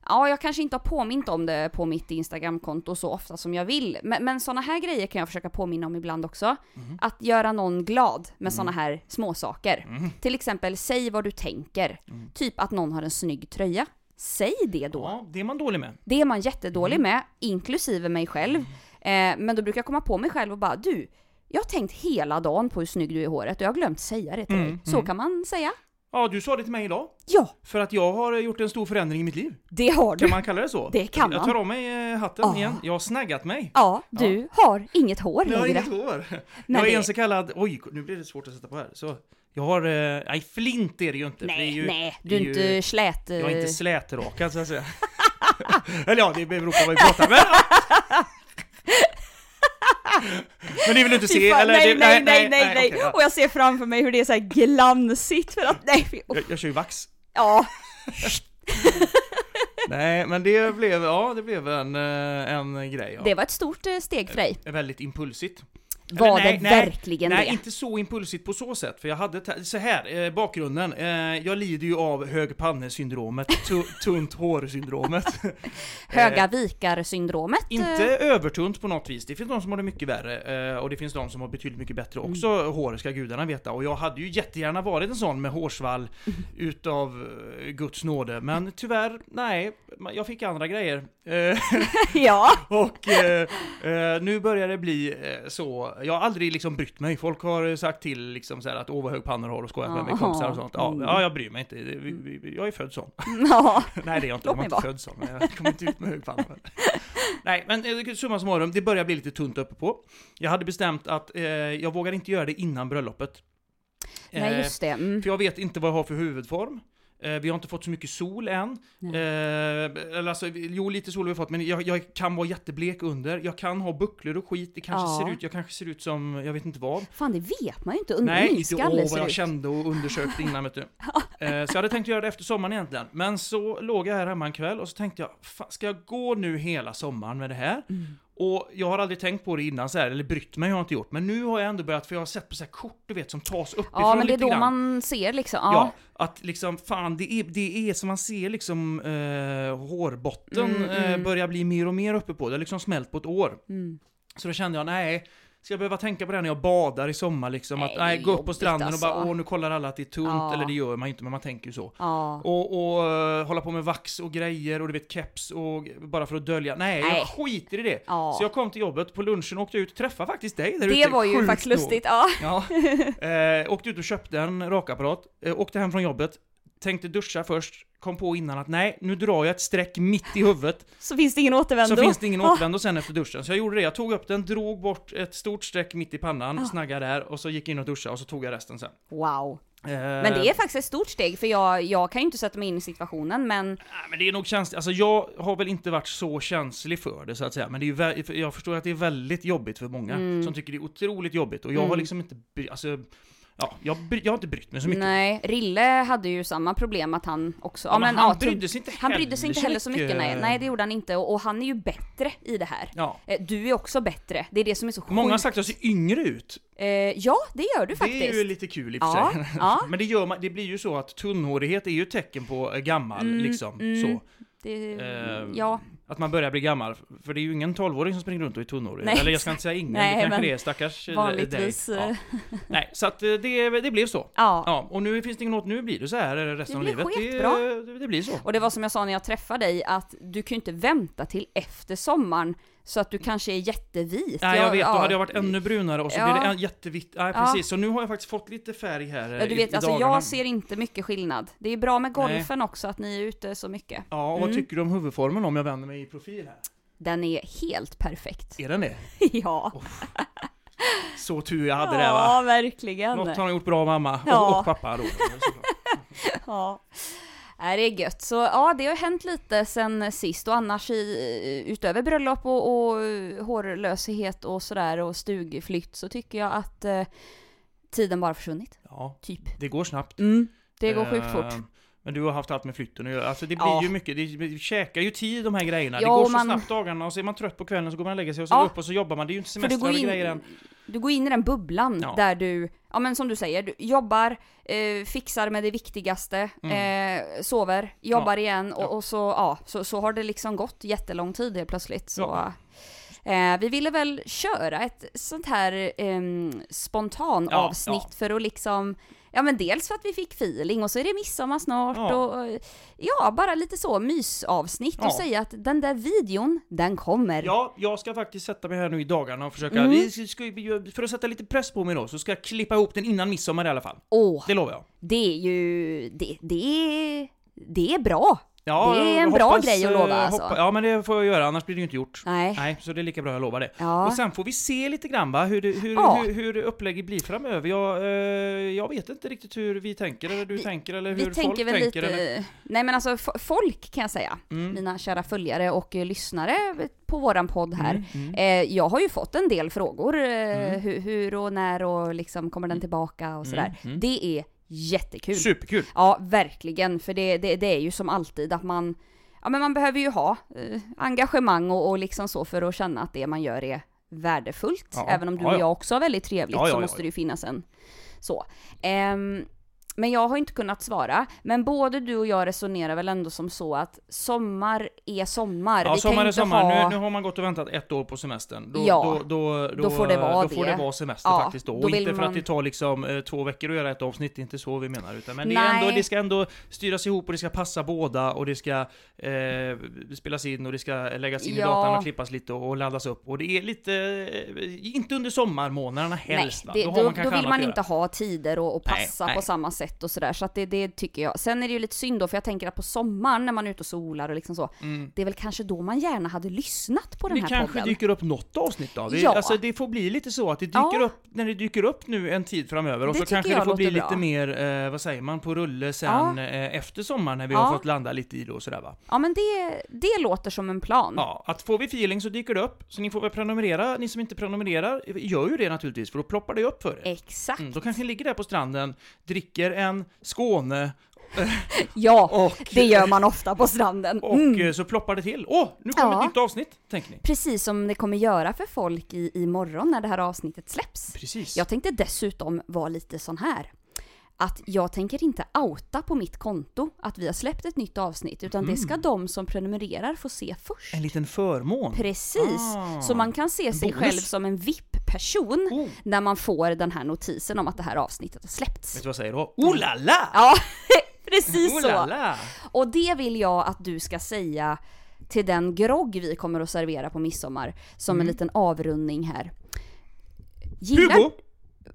Ja, jag kanske inte har påmint om det på mitt Instagramkonto så ofta som jag vill. Men, men sådana här grejer kan jag försöka påminna om ibland också. Mhm. Att göra någon glad med Mm. såna sådana Mhm. Mm. här småsaker. Till exempel, säg vad du tänker. Typ att någon har en snygg tröja. Säg det då. Ja, det är man dålig med. Det är man Mm. jättedålig med, inklusive mig själv. Eh, men då brukar jag komma på mig själv och bara du, jag har tänkt hela dagen på hur snygg du är i håret och jag har glömt säga det till Mm, dig. Så mm. kan man säga. Ja, du sa det till mig idag. Ja, För att jag har eh, gjort en stor förändring i mitt liv. det har Kan du. man kalla det så? Det kan Jag man. Ah. tar av mig eh, hatten Ja. igen. Jag har snaggat mig. Ja, du har inget hår Jag har längre. inget hår. Men jag är det- en så kallad... Oj, nu blir det svårt att sätta på här. Så, jag har... eh, Nej, flint är det ju inte. för det Nej, är ju, nej, det du är är ju- inte slät... Jag är eh, inte slätrakad så att säga. Eller ja, det beror på vad vi pratar men, men ni vill inte Fy se? fan, eller, nej, det, nej, nej, nej, nej. okej, ja. Och jag ser framför mig hur det är så här glansigt för att, nej, fy- jag, jag kör ju vax. ja, Nej, men det blev, ja, det blev en, eh, en grej. Ja. det var ett stort eh, steg för dig. Är Väldigt impulsigt. Var nej, det nej, verkligen Nej, det? inte så impulsigt på så sätt, för jag hade, ta- så här, eh, bakgrunden, eh, jag lider ju av högpannesyndromet, tu- tunt hårsyndromet. Eh, Höga vikar-syndromet. Inte eh, övertunt på något vis. Det finns de som har det mycket värre eh, och det finns de som har betydligt mycket bättre Mm. också. Hår ska gudarna veta. Och jag hade ju jättegärna varit en sån med hårsvall utav eh, Guds nåde. Men tyvärr, nej, ma- jag fick andra grejer. Eh, Ja, och eh, eh, nu börjar det bli eh, så. Jag har aldrig liksom brytt mig. Folk har sagt till liksom så här att åh vad hög pannor har och skojat med mig Jaha. kompisar och sånt. Ja, Mm. ja, jag bryr mig inte. Det- Vi, vi, vi, jag är född sån. ja. Nej det är jag Låt inte, jag var mig inte vara. född som. Jag kom inte ut med hög panna. Nej, men eh, summa summarum, det börjar bli lite tunt uppe på. Jag hade bestämt att eh, jag vågar inte göra det innan bröllopet. Eh, Nej, just det. Mm. För jag vet inte vad jag har för huvudform. Eh, vi har inte fått så mycket sol än. Eh, Nej. eller alltså, jo, lite sol har vi fått, men jag, jag kan vara jätteblek under. Jag kan ha bucklor och skit. Det kanske Ja. ser ut, jag kanske ser ut som, jag vet inte vad. Fan, det vet man ju inte. Undrar hur Nej, min inte åh skalle vad ser jag ut. kände och undersökte innan vet du. Eh, Så jag hade tänkt göra det efter sommaren egentligen. Men så låg jag här hemma en kväll och så tänkte jag, "Fan, ska jag gå nu hela sommaren med det här? Mm. Och jag har aldrig tänkt på det innan så här, eller brytt mig har jag inte gjort. Men nu har jag ändå börjat, för jag har sett på så här kort du vet som tas uppifrån Ja, men det är lite då grann. man ser liksom. Ja. Ja. att liksom fan det är, det är som man ser liksom eh, hårbotten Mm, eh, mm. börjar bli mer och mer uppe på. Det har liksom smält på ett år. Mm. Så då kände jag, nej, ska jag behöva tänka på det när jag badar i sommar liksom? Nej, att det är nej, gå upp på jobbigt, stranden och bara, alltså. åh nu kollar alla att det är tunt, Ja. eller det gör man ju inte, men man tänker ju så. ja. Och, och eh, hålla på med vax och grejer och du vet keps och bara för att dölja. Nej, Nej. jag skiter i det. Ja. Så jag kom till jobbet, på lunchen åkte jag ut och träffade faktiskt dig där Det ute, var ju sjukt faktiskt nog. lustigt. Ja. Ja. Eh, åkte ut och köpte en rakapparat, eh, åkte hem från jobbet, tänkte duscha först, kom på innan att nej, nu drar jag ett streck mitt i huvudet Så finns det ingen återvändo. så finns det ingen Ja. återvändo sen efter duschen. Så jag gjorde det, jag tog upp den, drog bort ett stort streck mitt i pannan, Ah. snaggade där och så gick jag in och duschade och så tog jag resten sen. Eh, Wow. Men det är faktiskt ett stort steg för jag, jag kan ju inte sätta mig in i situationen men men det är nog känsligt, alltså jag har väl inte varit så känslig för det så att säga, men det är ju vä- för jag förstår att det är väldigt jobbigt för många Mm. som tycker det är otroligt jobbigt och jag har Mm. liksom inte, bry- alltså, ja, jag, bry- jag har inte brytt mig så mycket. nej, Rille hade ju samma problem att han också, ja, men, han ja, typ- brydde sig inte han brydde sig inte heller så mycket nej, nej det det... gjorde han inte och, och han är ju bättre i det här. Ja. Eh, Du är också bättre, det är det som är så sjukt. Många har sagt att jag ser yngre ut. Eh, ja det gör du faktiskt. Det är ju lite kul i och Ja, för sig. ja. Men det, gör man, det blir ju så att tunnhårighet är ju ett tecken på eh, gammal, Mm, liksom. mm. Så. Det- Eh, ja, Att man börjar bli gammal. För det är ju ingen 12-åring som springer runt och är tunnhårig. Nej, Eller jag ska inte säga ingen, Nej, det kanske men det är. Stackars eh, vanligtvis, dig. eh. Ja. Nej, så att eh, det, det blev så. ja. Ja, och nu finns det ingen åt, nu blir det så här eh, Det resten blir av livet. skitbra. Det, det blir så. Och det var som jag sa när jag träffade dig att du kan ju inte vänta till efter sommaren så att du kanske är jättevit. Nej, jag vet, då ja. hade jag varit ännu brunare och så Ja. blir det en- jättevitt. Nej, Ja. precis. Så nu har jag faktiskt fått lite färg här eh, Ja, du i- vet, i alltså dagarna. jag ser inte mycket skillnad. Det är bra med golfen också att ni är ute så mycket. Ja, och vad Mm. tycker du om huvudformen om jag vänder mig i profil här? Den är helt perfekt. Är den det? ja. Så tur jag hade det va? Ja, verkligen. Något har han gjort bra mamma och, Ja. och pappa då. Ja. Nej, det är gött. Så ja, det har hänt lite sen sist och annars i, utöver bröllop och, och hårlöshet och sådär och stugflytt så tycker jag att eh, tiden bara försvunnit. Ja, Typ. det går snabbt. Mm. Det går sjukt Eh, fort. Men du har haft allt med flytten att göra. Alltså det blir Ja. ju mycket, det det käkar ju tid de här grejerna. det Ja, går och så man- snabbt dagarna och så är man trött på kvällen så går man och lägger sig och så Ja. går upp och så jobbar man. Det är ju inte För du semester går, och grejer in, än. du går in i den bubblan Ja. där du, ja men som du säger, du jobbar, eh, fixar med det viktigaste, eh, sover, jobbar igen och, Mm. Ja. och så, ja, så, så har det liksom gått jättelång tid helt plötsligt. Så, Ja. Eh, vi ville väl köra ett sånt här um, spontan Ja, avsnitt ja. för att liksom Ja men dels för att vi fick feeling och så är det midsommar snart Ja. och eh, ja, bara lite så mysavsnitt Ja. och säga att den där videon, den kommer. Ja, jag ska faktiskt sätta mig här nu i dagarna och försöka, Mm. vi ska, ska- för att sätta lite press på mig då, så ska jag klippa ihop den innan midsommar i alla fall. Åh, Det lovar jag. det är ju, det, det, är- det är bra. Ja, Det är en jag bra grej att lova, eh, alltså. ja, men det får jag göra, annars blir det ju inte gjort. Nej. Nej, så det är lika bra jag lovar det. Ja. Och sen får vi se lite grann va, hur, det, hur, Ja. hur, hur upplägget blir framöver. Jag, eh, jag vet inte riktigt hur vi tänker, eller du Vi- tänker, eller hur Vi folk tänker väl tänker. lite, Eller... nej men alltså f- folk kan jag säga, Mm. mina kära följare och eh, lyssnare på våran podd här. Mm, mm. Eh, jag har ju fått en del frågor, eh, hur, hur och när och liksom kommer den tillbaka och sådär. mm. Det är jättekul. Superkul! Ja, verkligen. För det, det, det är ju som alltid att man, ja men man behöver ju ha eh, engagemang och, och liksom så för att känna att det man gör är värdefullt. Ja, Även om du ja, och ja. jag också har väldigt trevligt Ja, ja, så ja, måste ja. det ju finnas en så. Ehm, men jag har inte kunnat svara. Men både du och jag resonerar väl ändå som så att sommar är sommar. Ja, Vi kan sommar är inte sommar. ha- Nu, nu har man gått och väntat ett år på semestern. Då, Ja, då, då, då får det vara då får det. det vara semester Ja, faktiskt. Då. då Och inte vill för man- att det tar liksom eh, två veckor att göra ett avsnitt, det är inte så vi menar. Utan, men det, är Nej. ändå, det ska ändå styras ihop och det ska passa båda och det ska eh, spelas in och det ska läggas in i Ja. datorn och klippas lite och laddas upp. Och det är lite, eh, inte under sommarmånaderna helst. va? Nej, det, har då, då, kanske vill annat man att göra. inte ha tider och, och Nej, passa på nej. samma sätt och sådär. Så att det, det tycker jag. Sen är det ju lite synd då, för jag tänker att på sommaren när man är ute och solar och liksom så, Mm. det är väl kanske då man gärna hade lyssnat på den Det här kanske podden. dyker upp något avsnitt då? Det, Ja. alltså, det får bli lite så att det Ja. dyker upp när det dyker upp nu en tid framöver och Det så tycker kanske jag det får bli låter bra. lite mer, eh, vad säger man, på rulle sen eh, efter sommaren när vi Ja. har fått landa lite i det och sådär va. Ja men det, det låter som en plan. Ja, att får vi feeling så dyker det upp. Så ni får väl prenumerera, ni som inte prenumererar gör ju det naturligtvis för då ploppar det upp för er. Exakt. Mm, då kanske ni ligger där på stranden, dricker en Skåne Ja, och, det gör man ofta på stranden. och Mm. eh, så ploppar det till. Åh, nu kommer Ja. ett nytt avsnitt, tänker ni. Precis som det kommer göra för folk i, imorgon när det här avsnittet släpps. Precis. Jag tänkte dessutom vara lite sån här. Att jag tänker inte outa på mitt konto att vi har släppt ett nytt avsnitt utan det ska de som prenumererar få se först. Mm. En liten förmån. Precis! Ah. Så man kan se sig bonus. själv som en VIP-person Oh. när man får den här notisen om att det här avsnittet har släppts. Vet du vad jag säger då? Oh la la! Ja, precis Oh så! la la. Och det vill jag att du ska säga till den grogg vi kommer att servera på midsommar som en liten avrundning här. Gillar... Mm. Hugo!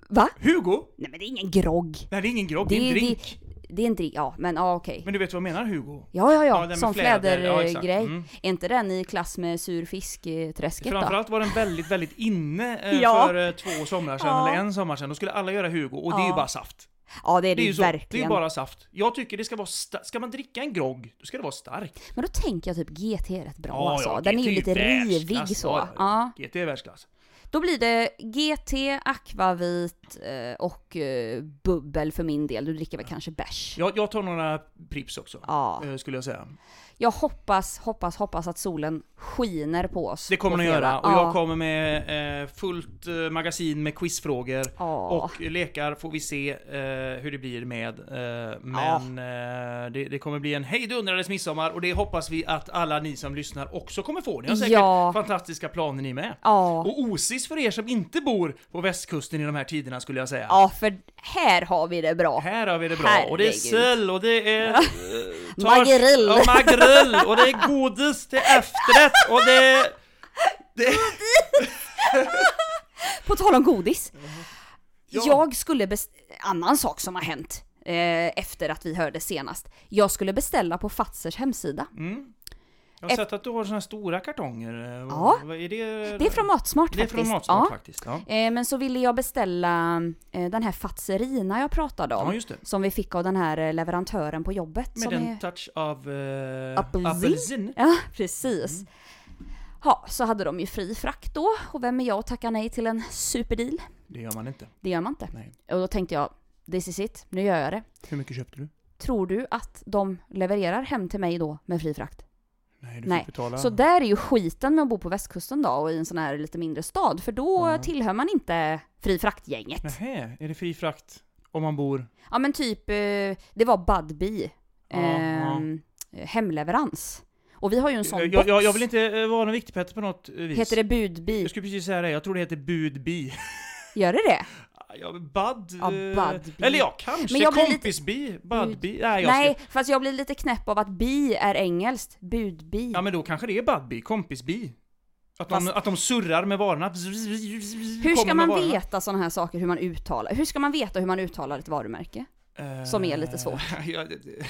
Va? Hugo! Nej men det är ingen grogg. Nej, det är ingen grogg, det Det är en är- drink. Det är en drink, ja men ja okej. Men du vet vad jag menar, Hugo? Ja ja Ja, ja, den med som fläder, ja, flädergrej. exakt. Mm. Är inte den i klass med surfiskträsket då? Framförallt var den väldigt, väldigt inne eh, Ja. för eh, två somrar sedan, Ja. eller en sommar sedan. Då skulle alla göra Hugo, och det är Ja. ju bara saft. Ja det är det, Det är ju ju så, det är ju verkligen. bara saft. Jag tycker det ska vara, sta- ska man dricka en grogg, då ska det vara stark. Men då tänker jag typ GT är rätt bra Ja, alltså. ja, den är GT ju lite rivig världsklass. så. Ja, Ja, ja. GT är världsklass. Då blir det GT, akvavit eh, och eh, bubbel för min del. Du dricker väl kanske bärs? Jag, jag tar några Pripps också, Ja. eh, skulle jag säga. Jag hoppas, hoppas, hoppas att solen skiner på oss. Det kommer på den fredag. göra, och ja. jag kommer med eh, fullt eh, magasin med quizfrågor. Ja. Och lekar får vi se eh, hur det blir med. Eh, men eh, det, det kommer bli en hejdundrades midsommar och det hoppas vi att alla ni som lyssnar också kommer få. Ni har säkert Ja. fantastiska planer ni med. Ja. Och osis för er som inte bor på västkusten i de här tiderna skulle jag säga. ja, för här har vi det bra. Här har vi det bra, och det är Herregud. sill och det är... eh, tors- Magrill. Och magrill! Och det är godis till efterrätt och det är... Det, På tal om godis. Ja. Jag skulle best- Annan sak som har hänt eh, efter att vi hörde senast. Jag skulle beställa på Fazers hemsida. jag har sett att du har såna här stora kartonger. Ja. Vad Är det, Det är från Matsmart det är faktiskt. från Matsmart Ja. faktiskt. Ja. Eh, men så ville jag beställa eh, den här Fazzerina jag pratade om. Ja, just det. Som vi fick av den här eh, leverantören på jobbet. Med som en är... touch av uh, Apelsin. apelsin. Ja, precis. Mm. Ja, så hade de ju fri frakt då. Och vem är jag att tacka nej till en superdeal? Det gör man inte. Det gör man inte. Nej. Och då tänkte jag, this is it, nu gör jag det. Hur mycket köpte du? Tror du att de levererar hem till mig då med fri frakt? Nej, du Nej. fick betala. Så där är ju skiten med att bo på västkusten då och i en sån här lite mindre stad. För då Mm. tillhör man inte fri fraktgänget. Nähä, är det fri frakt om man bor... Ja men typ, eh, det var Budbee. Ja, ja. Ehm, Hemleverans. Och vi har ju en sån Jag, box. jag, jag vill inte eh, vara någon viktigpetter på något eh, vis. Heter det budbi? Jag skulle precis säga det, jag tror det heter budbi. Gör det det? Ja, bud... Ja, eh, budbi. Eller ja, kanske Men jag blir lite- kompisbi, budbi. Nej, jag Nej, Ska... fast jag blir lite knäpp av att bi är engelskt. Budbi. Ja, men då kanske det är budbi, kompisbi. Att de, Fast- att de surrar med varorna. hur ska man veta? veta sådana här saker, hur man uttalar? Hur ska man veta hur man uttalar ett varumärke? Som är lite svårt. Eh, ja, det, det-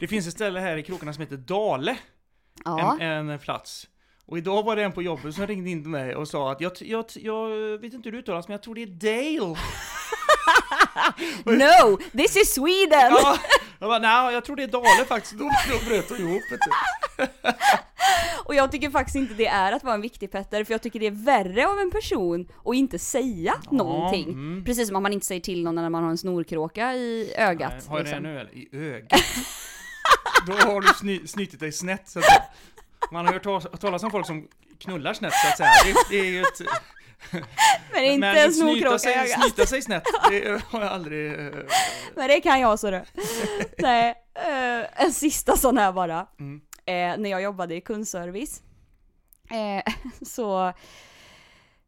det finns ett ställe här i krokarna som heter Dale, Ja. en, en plats. Och idag var det en på jobbet som ringde in till mig och sa att jag, t- jag, t- jag vet inte hur det uttalas men jag tror det är Dale. No! This is Sweden! Ja, jag bara, nej jag tror det är Dale faktiskt. Då, då bröt hon ihop. vet du. Och jag tycker faktiskt inte det är att vara en viktig petter för jag tycker det är värre av en person att inte säga någonting. mm. Precis som att man inte säger till någon när man har en snorkråka i Nej, ögat. Har jag det liksom. nu eller? I ögat? Då har du sny, snytit dig snett så att säga. Man har hört ta- talas om folk som knullar snett så att säga. Det, det är ju ett... Men inte men en snyta snorkråka i sig, ögat. snyta sig snett, det har jag aldrig... eh, Men det kan jag så du. Nej, eh, en sista sån här bara. Mm. Eh, när jag jobbade i kundservice eh, så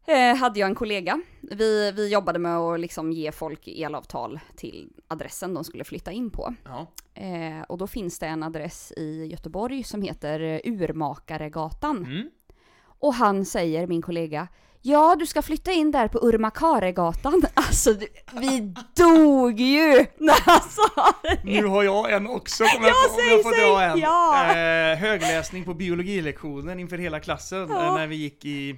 eh, hade jag en kollega. Vi, vi jobbade med att liksom ge folk elavtal till adressen de skulle flytta in på. Ja. Eh, och då finns det en adress i Göteborg som heter eh, Urmakaregatan. Mm. Och han säger, min kollega, ja du ska flytta in där på Urmakaregatan. Alltså du, vi dog ju när han sa det. Nu har jag en också, kommer jag, Ja, på, om jag säg, får säg, dra en. ja. Eh, högläsning på biologilektionen inför hela klassen Ja. eh, när vi gick i...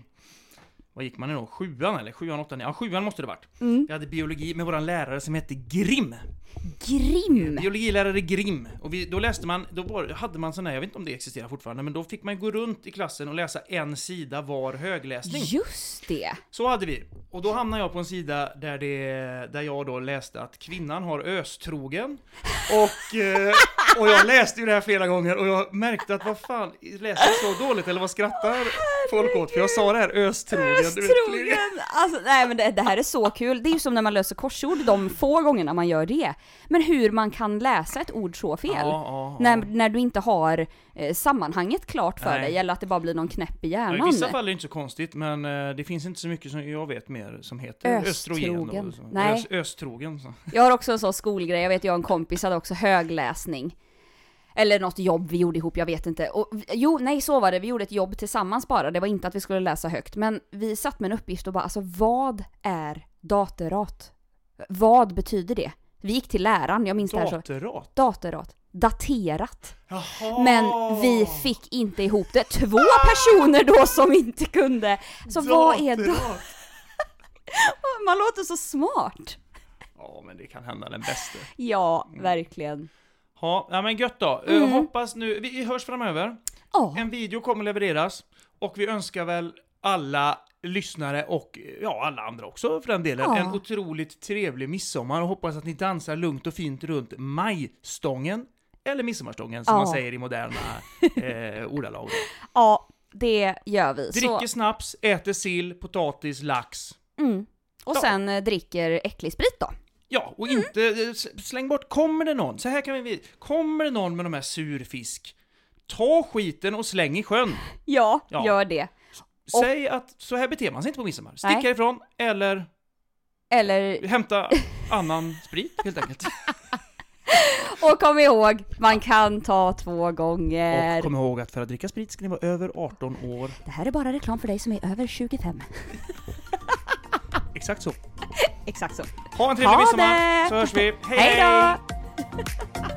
Vad gick man i då? Sjuan eller? Sjuan, åttan? Ja, sjuan måste det varit. Mm. Vi hade biologi med våran lärare som hette Grim. Grim! Biologilärare Grim. Och vi, då läste man, då var, hade man sån här, jag vet inte om det existerar fortfarande, men då fick man gå runt i klassen och läsa en sida var högläsning. Just det! Så hade vi. Och då hamnade jag på en sida där, det, där jag då läste att kvinnan har östrogen. Och, eh, och jag läste ju det här flera gånger och jag märkte att vad fan, läser jag så dåligt eller vad skrattar folk åt? För jag sa det här östrogen. du vet, flera- Östrogen! Alltså, nej men det, det här är så kul. Det är ju som när man löser korsord de få gångerna man gör det. Men hur man kan läsa ett ord så fel. Ja, ja, ja. När, när du inte har eh, sammanhanget klart för Nej. dig eller att det bara blir någon knäpp i Ja, hjärnan. I vissa fall är det inte så konstigt, men eh, det finns inte så mycket som jag vet mer som heter Östrogen. östrogen. och så. Nej. Ös, östrogen. Så. Jag har också en sån skolgrej, jag vet jag och en kompis hade också högläsning. Eller något jobb vi gjorde ihop, jag vet inte. Och, vi- jo, nej så var det, vi gjorde ett jobb tillsammans bara, det var inte att vi skulle läsa högt. Men vi satt med en uppgift och bara, alltså vad är daterat? Vad betyder det? Vi gick till läraren, jag minns det här så. Daterat. Daterat. Daterat. Jaha! Men vi fick inte ihop det. Två personer då som inte kunde. Så vad är Daterat. daterat? Man låter så smart. Ja, men det kan hända den bästa. Ja, verkligen. Ja, ja, men gött då. Eh, hoppas nu, vi hörs framöver. Mm. Ja. En video kommer levereras och vi önskar väl alla lyssnare och eh, ja, alla andra också för den delen Ja. en otroligt trevlig midsommar och hoppas att ni dansar lugnt och fint runt majstången eller midsommarstången som Ja. man säger i moderna eh, ordalag. Ja, det gör vi. Dricker Så, snaps, äter sill, potatis, lax. mm. Och sen eh, dricker äcklig sprit då. Ja, Mm. och inte eh, s- släng bort. Kommer det någon, så här kan vi, kommer det någon med de här surfisk, ta skiten och släng i sjön. Ja, Ja. gör det. Och- Säg att så här beter man sig inte på midsommar. Stick Nej. härifrån eller Eller, hämta annan sprit helt enkelt. och kom ihåg, man kan ta två gånger. Och kom ihåg att för att dricka sprit ska ni vara över 18 år. Det här är bara reklam för dig som är över 25. Exakt så. Exakt så. Ha en trevlig Ha midsommar det! så hörs vi. Hej Hej då!